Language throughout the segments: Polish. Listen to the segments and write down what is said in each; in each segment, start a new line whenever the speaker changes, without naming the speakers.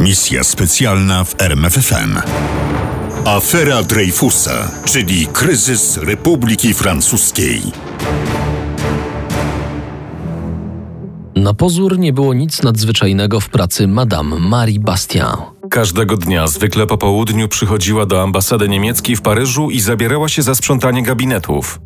Misja specjalna w RMFFM. Afera Dreyfusa, czyli kryzys Republiki Francuskiej.
Na pozór nie było nic nadzwyczajnego w pracy Madame Marie Bastian.
Każdego dnia, zwykle po południu, przychodziła do ambasady niemieckiej w Paryżu i zabierała się za sprzątanie gabinetów.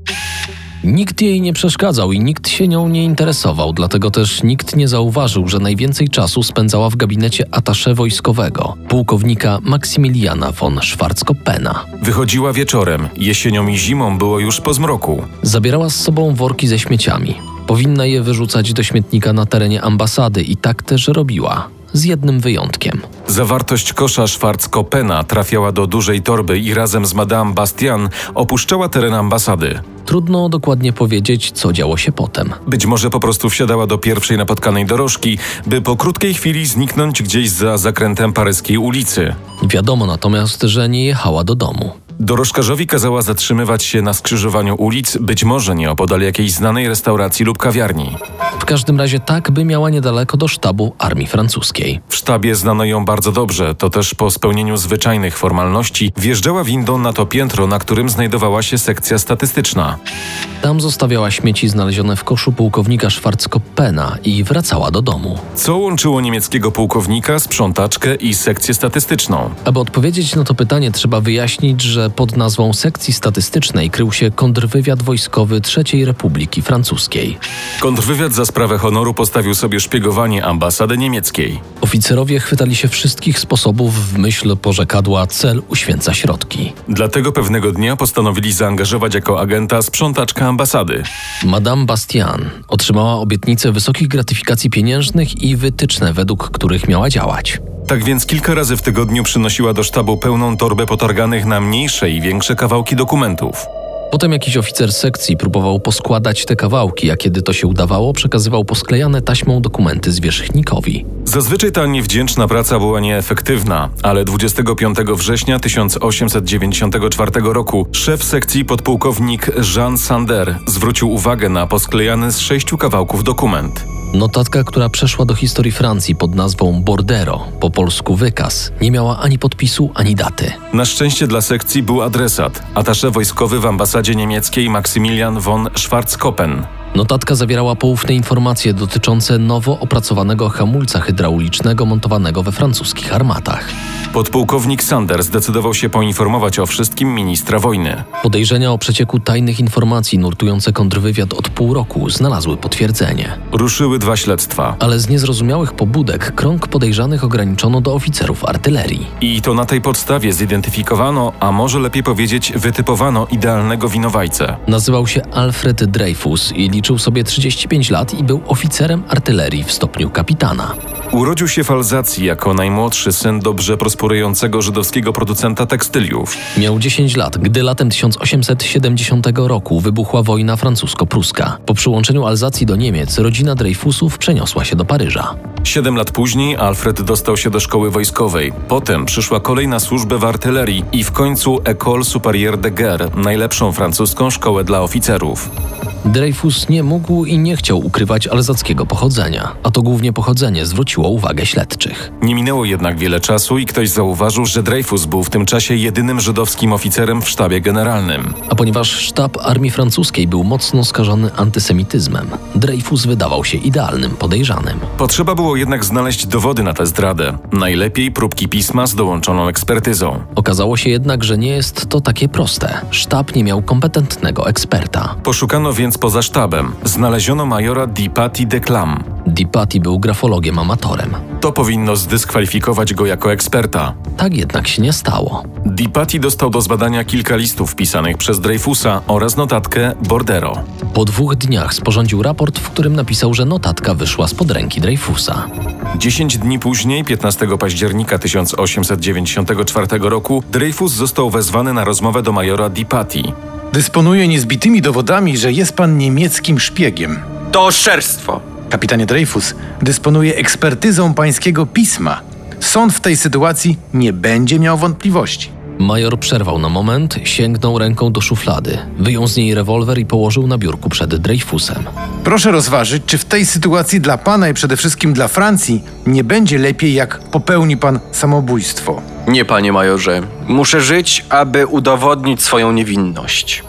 Nikt jej nie przeszkadzał i nikt się nią nie interesował, dlatego też nikt nie zauważył, że najwięcej czasu spędzała w gabinecie atasze wojskowego, pułkownika Maksymiliana von Schwarzkopena.
Wychodziła wieczorem, jesienią i zimą było już po zmroku.
Zabierała z sobą worki ze śmieciami. Powinna je wyrzucać do śmietnika na terenie ambasady i tak też robiła, z jednym wyjątkiem.
Zawartość kosza Schwarzkopena trafiała do dużej torby i razem z Madame Bastian opuszczała teren ambasady.
Trudno dokładnie powiedzieć, co działo się potem.
Być może po prostu wsiadała do pierwszej napotkanej dorożki, by po krótkiej chwili zniknąć gdzieś za zakrętem paryskiej ulicy.
Wiadomo natomiast, że nie jechała do domu.
Dorożkarzowi kazała zatrzymywać się na skrzyżowaniu ulic, być może nieopodal jakiejś znanej restauracji lub kawiarni.
W każdym razie tak, by miała niedaleko do sztabu armii francuskiej.
W sztabie znano ją bardzo dobrze, to też po spełnieniu zwyczajnych formalności wjeżdżała windą na to piętro, na którym znajdowała się sekcja statystyczna.
Tam zostawiała śmieci znalezione w koszu pułkownika Schwarzkopena i wracała do domu.
Co łączyło niemieckiego pułkownika, sprzątaczkę i sekcję statystyczną?
Aby odpowiedzieć na to pytanie, trzeba wyjaśnić, że pod nazwą sekcji statystycznej krył się kontrwywiad wojskowy III Republiki Francuskiej.
Kontrwywiad za sprawę honoru postawił sobie szpiegowanie ambasady niemieckiej.
Oficerowie chwytali się wszystkich sposobów w myśl porzekadła cel uświęca środki.
Dlatego pewnego dnia postanowili zaangażować jako agenta sprzątaczkę ambasady.
Madame Bastian otrzymała obietnicę wysokich gratyfikacji pieniężnych i wytyczne, według których miała działać.
Tak więc kilka razy w tygodniu przynosiła do sztabu pełną torbę potarganych na mniejsze i większe kawałki dokumentów.
Potem jakiś oficer sekcji próbował poskładać te kawałki, a kiedy to się udawało, przekazywał posklejane taśmą dokumenty zwierzchnikowi.
Zazwyczaj ta niewdzięczna praca była nieefektywna, ale 25 września 1894 roku szef sekcji podpułkownik Jean Sander zwrócił uwagę na posklejany z sześciu kawałków dokument.
Notatka, która przeszła do historii Francji pod nazwą Bordero, po polsku wykaz, nie miała ani podpisu, ani daty.
Na szczęście dla sekcji był adresat, atasze wojskowy w ambasadzie niemieckiej Maksymilian von Schwarzkoppen.
Notatka zawierała poufne informacje dotyczące nowo opracowanego hamulca hydraulicznego montowanego we francuskich armatach.
Podpułkownik Sander zdecydował się poinformować o wszystkim ministra wojny.
Podejrzenia o przecieku tajnych informacji nurtujące kontrwywiad od pół roku znalazły potwierdzenie.
Ruszyły dwa śledztwa.
Ale z niezrozumiałych pobudek krąg podejrzanych ograniczono do oficerów artylerii.
I to na tej podstawie zidentyfikowano, a może lepiej powiedzieć, wytypowano idealnego winowajcę.
Nazywał się Alfred Dreyfus i liczył sobie 35 lat i był oficerem artylerii w stopniu kapitana.
Urodził się w Alzacji jako najmłodszy syn dobrze prosperującego żydowskiego producenta tekstyliów.
Miał 10 lat, gdy latem 1870 roku wybuchła wojna francusko-pruska. Po przyłączeniu Alzacji do Niemiec rodzina Dreyfusów przeniosła się do Paryża.
Siedem lat później Alfred dostał się do szkoły wojskowej. Potem przyszła kolej na służbę w artylerii i w końcu École Supérieure de Guerre, najlepszą francuską szkołę dla oficerów.
Dreyfus nie mógł i nie chciał ukrywać alzackiego pochodzenia, a to głównie pochodzenie zwróciło uwagę śledczych.
Nie minęło jednak wiele czasu i ktoś zauważył, że Dreyfus był w tym czasie jedynym żydowskim oficerem w sztabie generalnym.
A ponieważ sztab armii francuskiej był mocno skażony antysemityzmem, Dreyfus wydawał się idealnym podejrzanym.
Potrzeba było jednak znaleźć dowody na tę zdradę. Najlepiej próbki pisma z dołączoną ekspertyzą.
Okazało się jednak, że nie jest to takie proste. Sztab nie miał kompetentnego eksperta.
Poszukano więc poza sztabem. Znaleziono majora Dipati Deklam.
Dipati był grafologiem amatorem.
To powinno zdyskwalifikować go jako eksperta.
Tak jednak się nie stało.
Dipati dostał do zbadania kilka listów pisanych przez Dreyfusa oraz notatkę Bordero.
Po dwóch dniach sporządził raport, w którym napisał, że notatka wyszła spod ręki Dreyfusa.
10 dni później, 15 października 1894 roku, Dreyfus został wezwany na rozmowę do majora Dipati.
Dysponuje niezbitymi dowodami, że jest pan niemieckim szpiegiem.
To oszczerstwo.
Kapitanie Dreyfus dysponuje ekspertyzą pańskiego pisma. Sąd w tej sytuacji nie będzie miał wątpliwości.
Major przerwał na moment, sięgnął ręką do szuflady, wyjął z niej rewolwer i położył na biurku przed Dreyfusem.
Proszę rozważyć, czy w tej sytuacji dla pana i przede wszystkim dla Francji nie będzie lepiej, jak popełni pan samobójstwo.
Nie, panie majorze. Muszę żyć, aby udowodnić swoją niewinność.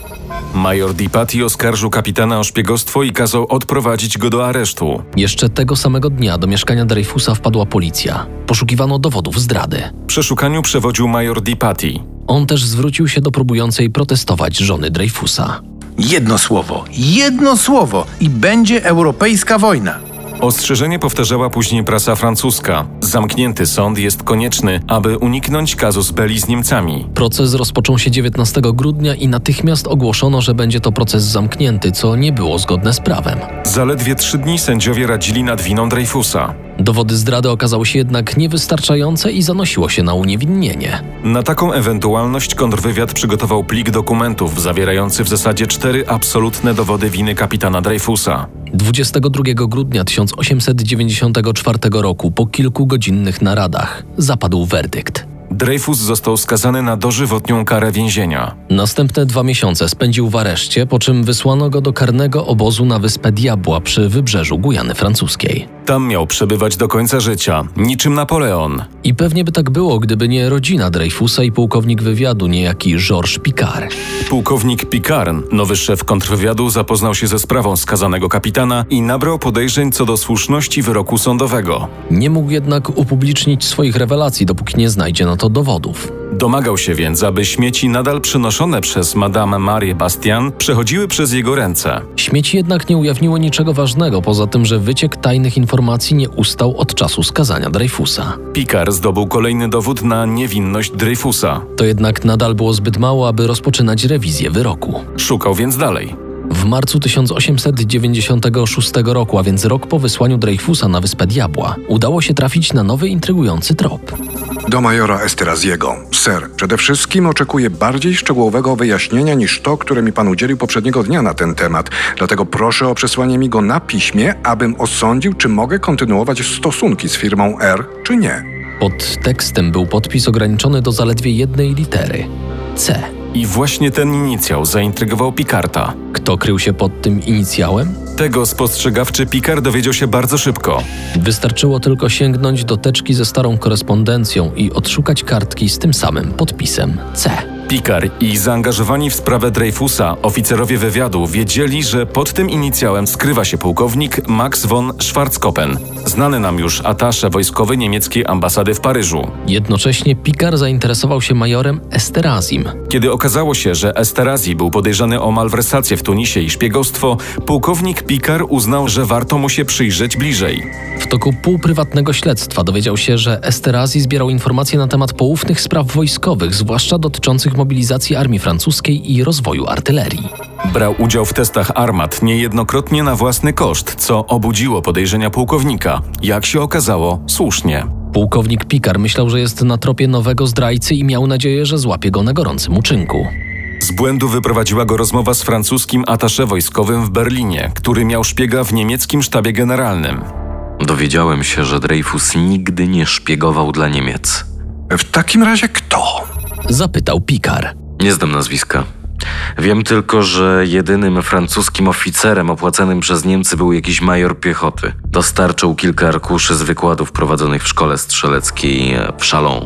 Major Dipati oskarżył kapitana o szpiegostwo i kazał odprowadzić go do aresztu.
Jeszcze tego samego dnia do mieszkania Dreyfusa wpadła policja. Poszukiwano dowodów zdrady.
Przeszukaniu przewodził major Dipati.
On też zwrócił się do próbującej protestować żony Dreyfusa.
Jedno słowo, jedno słowo i będzie europejska wojna.
Ostrzeżenie powtarzała później prasa francuska. Zamknięty sąd jest konieczny, aby uniknąć kazus belli z Niemcami.
Proces rozpoczął się 19 grudnia i natychmiast ogłoszono, że będzie to proces zamknięty, co nie było zgodne z prawem.
Zaledwie trzy dni sędziowie radzili nad winą Dreyfusa.
Dowody zdrady okazały się jednak niewystarczające i zanosiło się na uniewinnienie.
Na taką ewentualność kontrwywiad przygotował plik dokumentów zawierający w zasadzie cztery absolutne dowody winy kapitana Dreyfusa.
22 grudnia 1894 roku, po kilkugodzinnych naradach, zapadł werdykt.
Dreyfus został skazany na dożywotnią karę więzienia.
Następne dwa miesiące spędził w areszcie, po czym wysłano go do karnego obozu na wyspę Diabła przy wybrzeżu Gujany Francuskiej.
Tam miał przebywać do końca życia, niczym Napoleon.
I pewnie by tak było, gdyby nie rodzina Dreyfusa i pułkownik wywiadu, niejaki Georges Picard.
Pułkownik Picarn, nowy szef kontrwywiadu, zapoznał się ze sprawą skazanego kapitana i nabrał podejrzeń co do słuszności wyroku sądowego.
Nie mógł jednak upublicznić swoich rewelacji, dopóki nie znajdzie na to dowodów.
Domagał się więc, aby śmieci nadal przynoszone przez Madame Marie Bastian przechodziły przez jego ręce.
Śmieci jednak nie ujawniło niczego ważnego, poza tym, że wyciek tajnych informacji nie ustał od czasu skazania Dreyfusa.
Picard zdobył kolejny dowód na niewinność Dreyfusa.
To jednak nadal było zbyt mało, aby rozpoczynać rewizję wyroku.
Szukał więc dalej.
W marcu 1896 roku, a więc rok po wysłaniu Dreyfusa na Wyspę Diabła, udało się trafić na nowy intrygujący trop.
Do majora Esteraziego. Sir, przede wszystkim oczekuję bardziej szczegółowego wyjaśnienia niż to, które mi pan udzielił poprzedniego dnia na ten temat. Dlatego proszę o przesłanie mi go na piśmie, abym osądził, czy mogę kontynuować stosunki z firmą R, czy nie.
Pod tekstem był podpis ograniczony do zaledwie jednej litery C.
I właśnie ten inicjał zaintrygował Picarta.
Kto krył się pod tym inicjałem?
Tego spostrzegawczy Picard dowiedział się bardzo szybko.
Wystarczyło tylko sięgnąć do teczki ze starą korespondencją i odszukać kartki z tym samym podpisem C.
Picard i zaangażowani w sprawę Dreyfusa oficerowie wywiadu wiedzieli, że pod tym inicjałem skrywa się pułkownik Max von Schwarzkoppen, znany nam już atasze wojskowy niemieckiej ambasady w Paryżu.
Jednocześnie Picard zainteresował się majorem Esterazim.
Kiedy okazało się, że Esterazi był podejrzany o malwersację w Tunisie i szpiegostwo, pułkownik Picard uznał, że warto mu się przyjrzeć bliżej.
W toku półprywatnego śledztwa dowiedział się, że Esterazi zbierał informacje na temat poufnych spraw wojskowych, zwłaszcza dotyczących mobilizacji armii francuskiej i rozwoju artylerii.
Brał udział w testach armat niejednokrotnie na własny koszt, co obudziło podejrzenia pułkownika. Jak się okazało, słusznie.
Pułkownik Pikar myślał, że jest na tropie nowego zdrajcy i miał nadzieję, że złapie go na gorącym uczynku.
Z błędu wyprowadziła go rozmowa z francuskim atasze wojskowym w Berlinie, który miał szpiega w niemieckim sztabie generalnym.
Dowiedziałem się, że Dreyfus nigdy nie szpiegował dla Niemiec.
W takim razie kto?
Zapytał Pikar.
Nie znam nazwiska. Wiem tylko, że jedynym francuskim oficerem opłacanym przez Niemcy był jakiś major piechoty. Dostarczył kilka arkuszy z wykładów prowadzonych w szkole strzeleckiej e, w Chalon.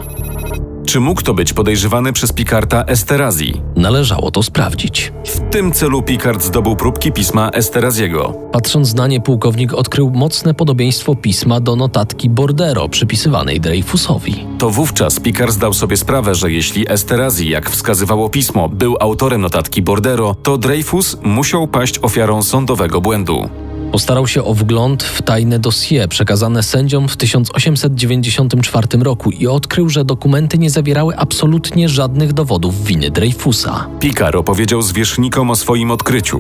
Czy mógł to być podejrzewany przez Picarta Esterazi?
Należało to sprawdzić.
W tym celu Picard zdobył próbki pisma Esteraziego.
Patrząc na nie, pułkownik odkrył mocne podobieństwo pisma do notatki Bordero przypisywanej Dreyfusowi.
To wówczas Picard zdał sobie sprawę, że jeśli Esterazi, jak wskazywało pismo, był autorem notatki Bordero, to Dreyfus musiał paść ofiarą sądowego błędu.
Postarał się o wgląd w tajne dossier przekazane sędziom w 1894 roku i odkrył, że dokumenty nie zawierały absolutnie żadnych dowodów winy Dreyfusa.
Picard opowiedział zwierzchnikom o swoim odkryciu.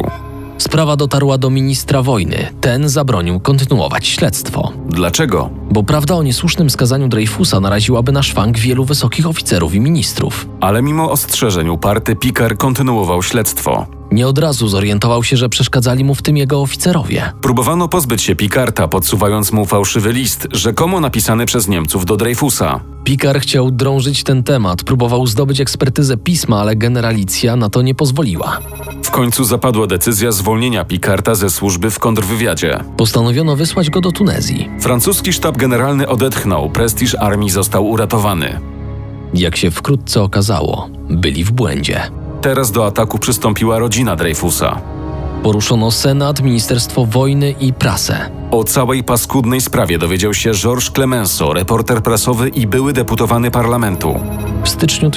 Sprawa dotarła do ministra wojny. Ten zabronił kontynuować śledztwo.
Dlaczego?
Bo prawda o niesłusznym skazaniu Dreyfusa naraziłaby na szwank wielu wysokich oficerów i ministrów.
Ale mimo ostrzeżeń uparty Pikar kontynuował śledztwo.
Nie od razu zorientował się, że przeszkadzali mu w tym jego oficerowie.
Próbowano pozbyć się Pikarta, podsuwając mu fałszywy list, rzekomo napisany przez Niemców do Dreyfusa.
Pikar chciał drążyć ten temat, próbował zdobyć ekspertyzę pisma, ale generalicja na to nie pozwoliła.
W końcu zapadła decyzja zwolnienia Pikarta ze służby w kontrwywiadzie.
Postanowiono wysłać go do Tunezji.
Francuski sztab generalny odetchnął, prestiż armii został uratowany.
Jak się wkrótce okazało, byli w błędzie.
Teraz do ataku przystąpiła rodzina Dreyfusa.
Poruszono Senat, Ministerstwo Wojny i prasę.
O całej paskudnej sprawie dowiedział się Georges Clemenceau, reporter prasowy i były deputowany parlamentu.
W styczniu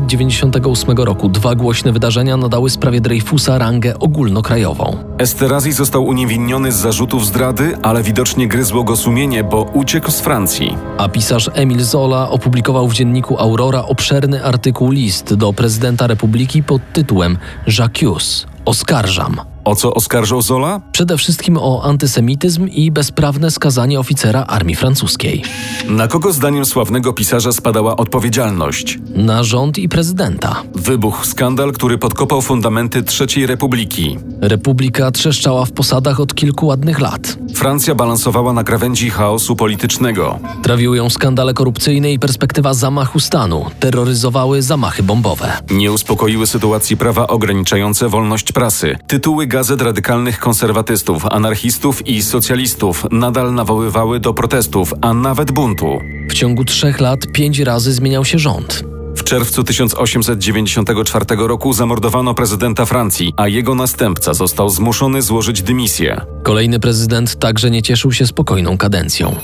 1898 roku dwa głośne wydarzenia nadały sprawie Dreyfusa rangę ogólnokrajową.
Esterhazy został uniewinniony z zarzutów zdrady, ale widocznie gryzło go sumienie, bo uciekł z Francji.
A pisarz Emil Zola opublikował w dzienniku Aurora obszerny artykuł list do prezydenta republiki pod tytułem Jacques, oskarżam.
O co oskarżał Zola?
Przede wszystkim o antysemityzm i bezprawne skazanie oficera armii francuskiej.
Na kogo zdaniem sławnego pisarza spadała odpowiedzialność?
Na rząd i prezydenta.
Wybuchł skandal, który podkopał fundamenty III Republiki.
Republika trzeszczała w posadach od kilku ładnych lat.
Francja balansowała na krawędzi chaosu politycznego.
Trawiły ją skandale korupcyjne i perspektywa zamachu stanu. Terroryzowały zamachy bombowe.
Nie uspokoiły sytuacji prawa ograniczające wolność prasy. Tytuły gazet radykalnych konserwatystów, anarchistów i socjalistów nadal nawoływały do protestów, a nawet buntu.
W ciągu trzech lat pięć razy zmieniał się rząd.
W czerwcu 1894 roku zamordowano prezydenta Francji, a jego następca został zmuszony złożyć dymisję.
Kolejny prezydent także nie cieszył się spokojną kadencją.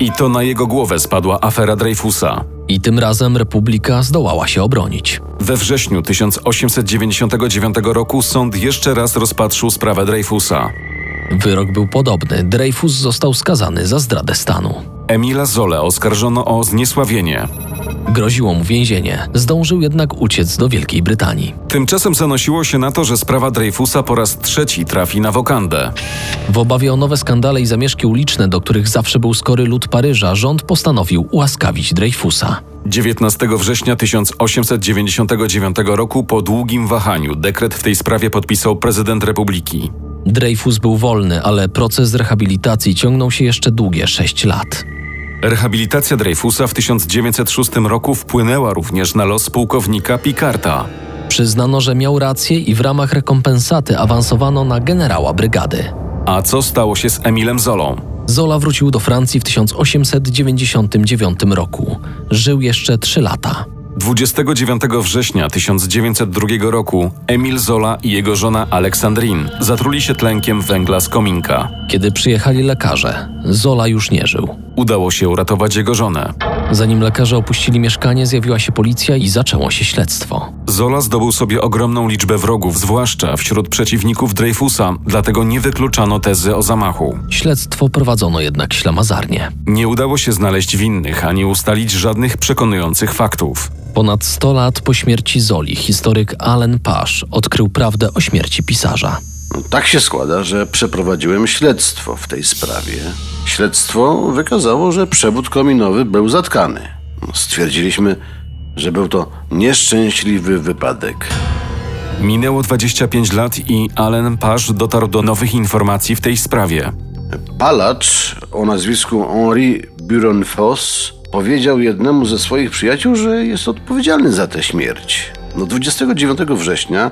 I to na jego głowę spadła afera Dreyfusa.
I tym razem Republika zdołała się obronić.
We wrześniu 1899 roku sąd jeszcze raz rozpatrzył sprawę Dreyfusa.
Wyrok był podobny. Dreyfus został skazany za zdradę stanu.
Emila Zole oskarżono o zniesławienie.
Groziło mu więzienie, zdążył jednak uciec do Wielkiej Brytanii.
Tymczasem zanosiło się na to, że sprawa Dreyfusa po raz trzeci trafi na wokandę.
W obawie o nowe skandale i zamieszki uliczne, do których zawsze był skory lud Paryża, rząd postanowił ułaskawić Dreyfusa.
19 września 1899 roku po długim wahaniu dekret w tej sprawie podpisał prezydent republiki.
Dreyfus był wolny, ale proces rehabilitacji ciągnął się jeszcze długie 6 lat.
Rehabilitacja Dreyfusa w 1906 roku wpłynęła również na los pułkownika Picarta.
Przyznano, że miał rację i w ramach rekompensaty awansowano na generała brygady.
A co stało się z Emilem Zolą?
Zola wrócił do Francji w 1899 roku. Żył jeszcze 3 lata.
29 września 1902 roku Emil Zola i jego żona Aleksandrin zatruli się tlenkiem węgla z kominka.
Kiedy przyjechali lekarze, Zola już nie żył.
Udało się uratować jego żonę.
Zanim lekarze opuścili mieszkanie, zjawiła się policja i zaczęło się śledztwo.
Zola zdobył sobie ogromną liczbę wrogów, zwłaszcza wśród przeciwników Dreyfusa, dlatego nie wykluczano tezy o zamachu.
Śledztwo prowadzono jednak ślamazarnie.
Nie udało się znaleźć winnych ani ustalić żadnych przekonujących faktów.
Ponad 100 lat po śmierci Zoli historyk Alan Pasz odkrył prawdę o śmierci pisarza.
Tak się składa, że przeprowadziłem śledztwo w tej sprawie. Śledztwo wykazało, że przewód kominowy był zatkany. No, Stwierdziliśmy, że był to nieszczęśliwy wypadek.
Minęło 25 lat i Allen Pasz dotarł do nowych informacji w tej sprawie.
Palacz o nazwisku Henri Burenfos powiedział jednemu ze swoich przyjaciół, że jest odpowiedzialny za tę śmierć. No 29 września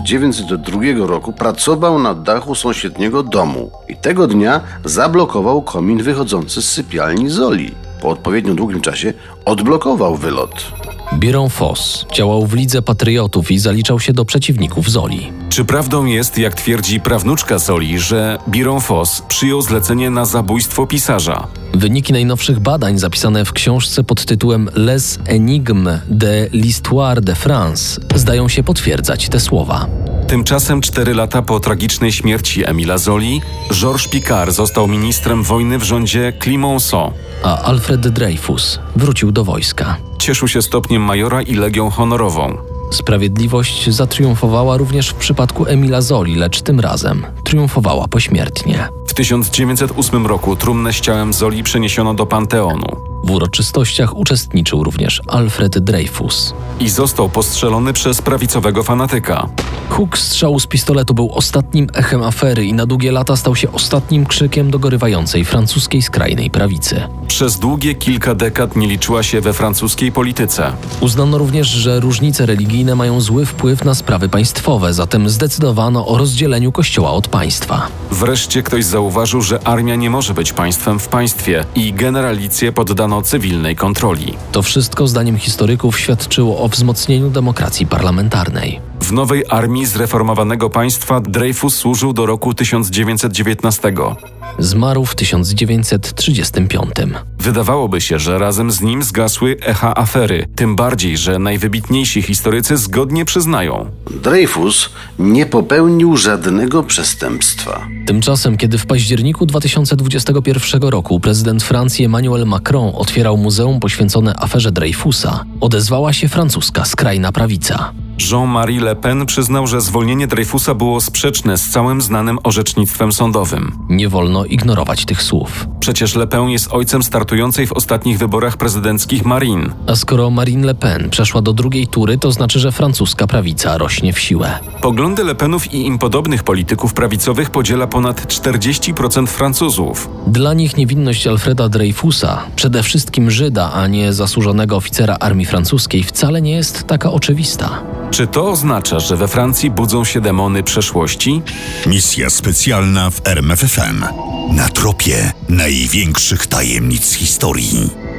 1902 roku pracował na dachu sąsiedniego domu i tego dnia zablokował komin wychodzący z sypialni Zoli. Po odpowiednio długim czasie odblokował wylot.
Biron Foss działał w Lidze Patriotów i zaliczał się do przeciwników Zoli.
Czy prawdą jest, jak twierdzi prawnuczka Zoli, że Biron Foss przyjął zlecenie na zabójstwo pisarza?
Wyniki najnowszych badań zapisane w książce pod tytułem Les Enigmes de l'Histoire de France zdają się potwierdzać te słowa.
Tymczasem cztery lata po tragicznej śmierci Emila Zoli, Georges Picard został ministrem wojny w rządzie Clemenceau.
A Alfred Dreyfus wrócił do wojska.
Cieszył się stopniem majora i legią honorową.
Sprawiedliwość zatriumfowała również w przypadku Emila Zoli, lecz tym razem triumfowała pośmiertnie.
W 1908 roku trumnę z ciałem Zoli przeniesiono do Panteonu.
W uroczystościach uczestniczył również Alfred Dreyfus.
i został postrzelony przez prawicowego fanatyka.
Huk strzału z pistoletu był ostatnim echem afery i na długie lata stał się ostatnim krzykiem dogorywającej francuskiej skrajnej prawicy.
Przez długie kilka dekad nie liczyła się we francuskiej polityce.
Uznano również, że różnice religijne mają zły wpływ na sprawy państwowe, zatem zdecydowano o rozdzieleniu kościoła od państwa.
Wreszcie ktoś zauważył, że armia nie może być państwem w państwie i generalicję poddano cywilnej kontroli.
To wszystko, zdaniem historyków, świadczyło o wzmocnieniu demokracji parlamentarnej.
W nowej armii zreformowanego państwa Dreyfus służył do roku 1919.
Zmarł w 1935.
Wydawałoby się, że razem z nim zgasły echa afery, tym bardziej, że najwybitniejsi historycy zgodnie przyznają,
Dreyfus nie popełnił żadnego przestępstwa.
Tymczasem, kiedy w październiku 2021 roku prezydent Francji Emmanuel Macron otwierał muzeum poświęcone aferze Dreyfusa, odezwała się francuska skrajna prawica.
Jean-Marie Le Pen przyznał, że zwolnienie Dreyfusa było sprzeczne z całym znanym orzecznictwem sądowym.
Nie wolno ignorować tych słów.
Przecież Le Pen jest ojcem startującej w ostatnich wyborach prezydenckich Marine.
A skoro Marine Le Pen przeszła do drugiej tury, to znaczy, że francuska prawica rośnie w siłę.
Poglądy Le Penów i im podobnych polityków prawicowych podziela ponad 40% Francuzów.
Dla nich niewinność Alfreda Dreyfusa, przede wszystkim Żyda, a nie zasłużonego oficera armii francuskiej, wcale nie jest taka oczywista.
Czy to oznacza, że we Francji budzą się demony przeszłości?
Misja specjalna w RMFFM. Na tropie największych tajemnic historii.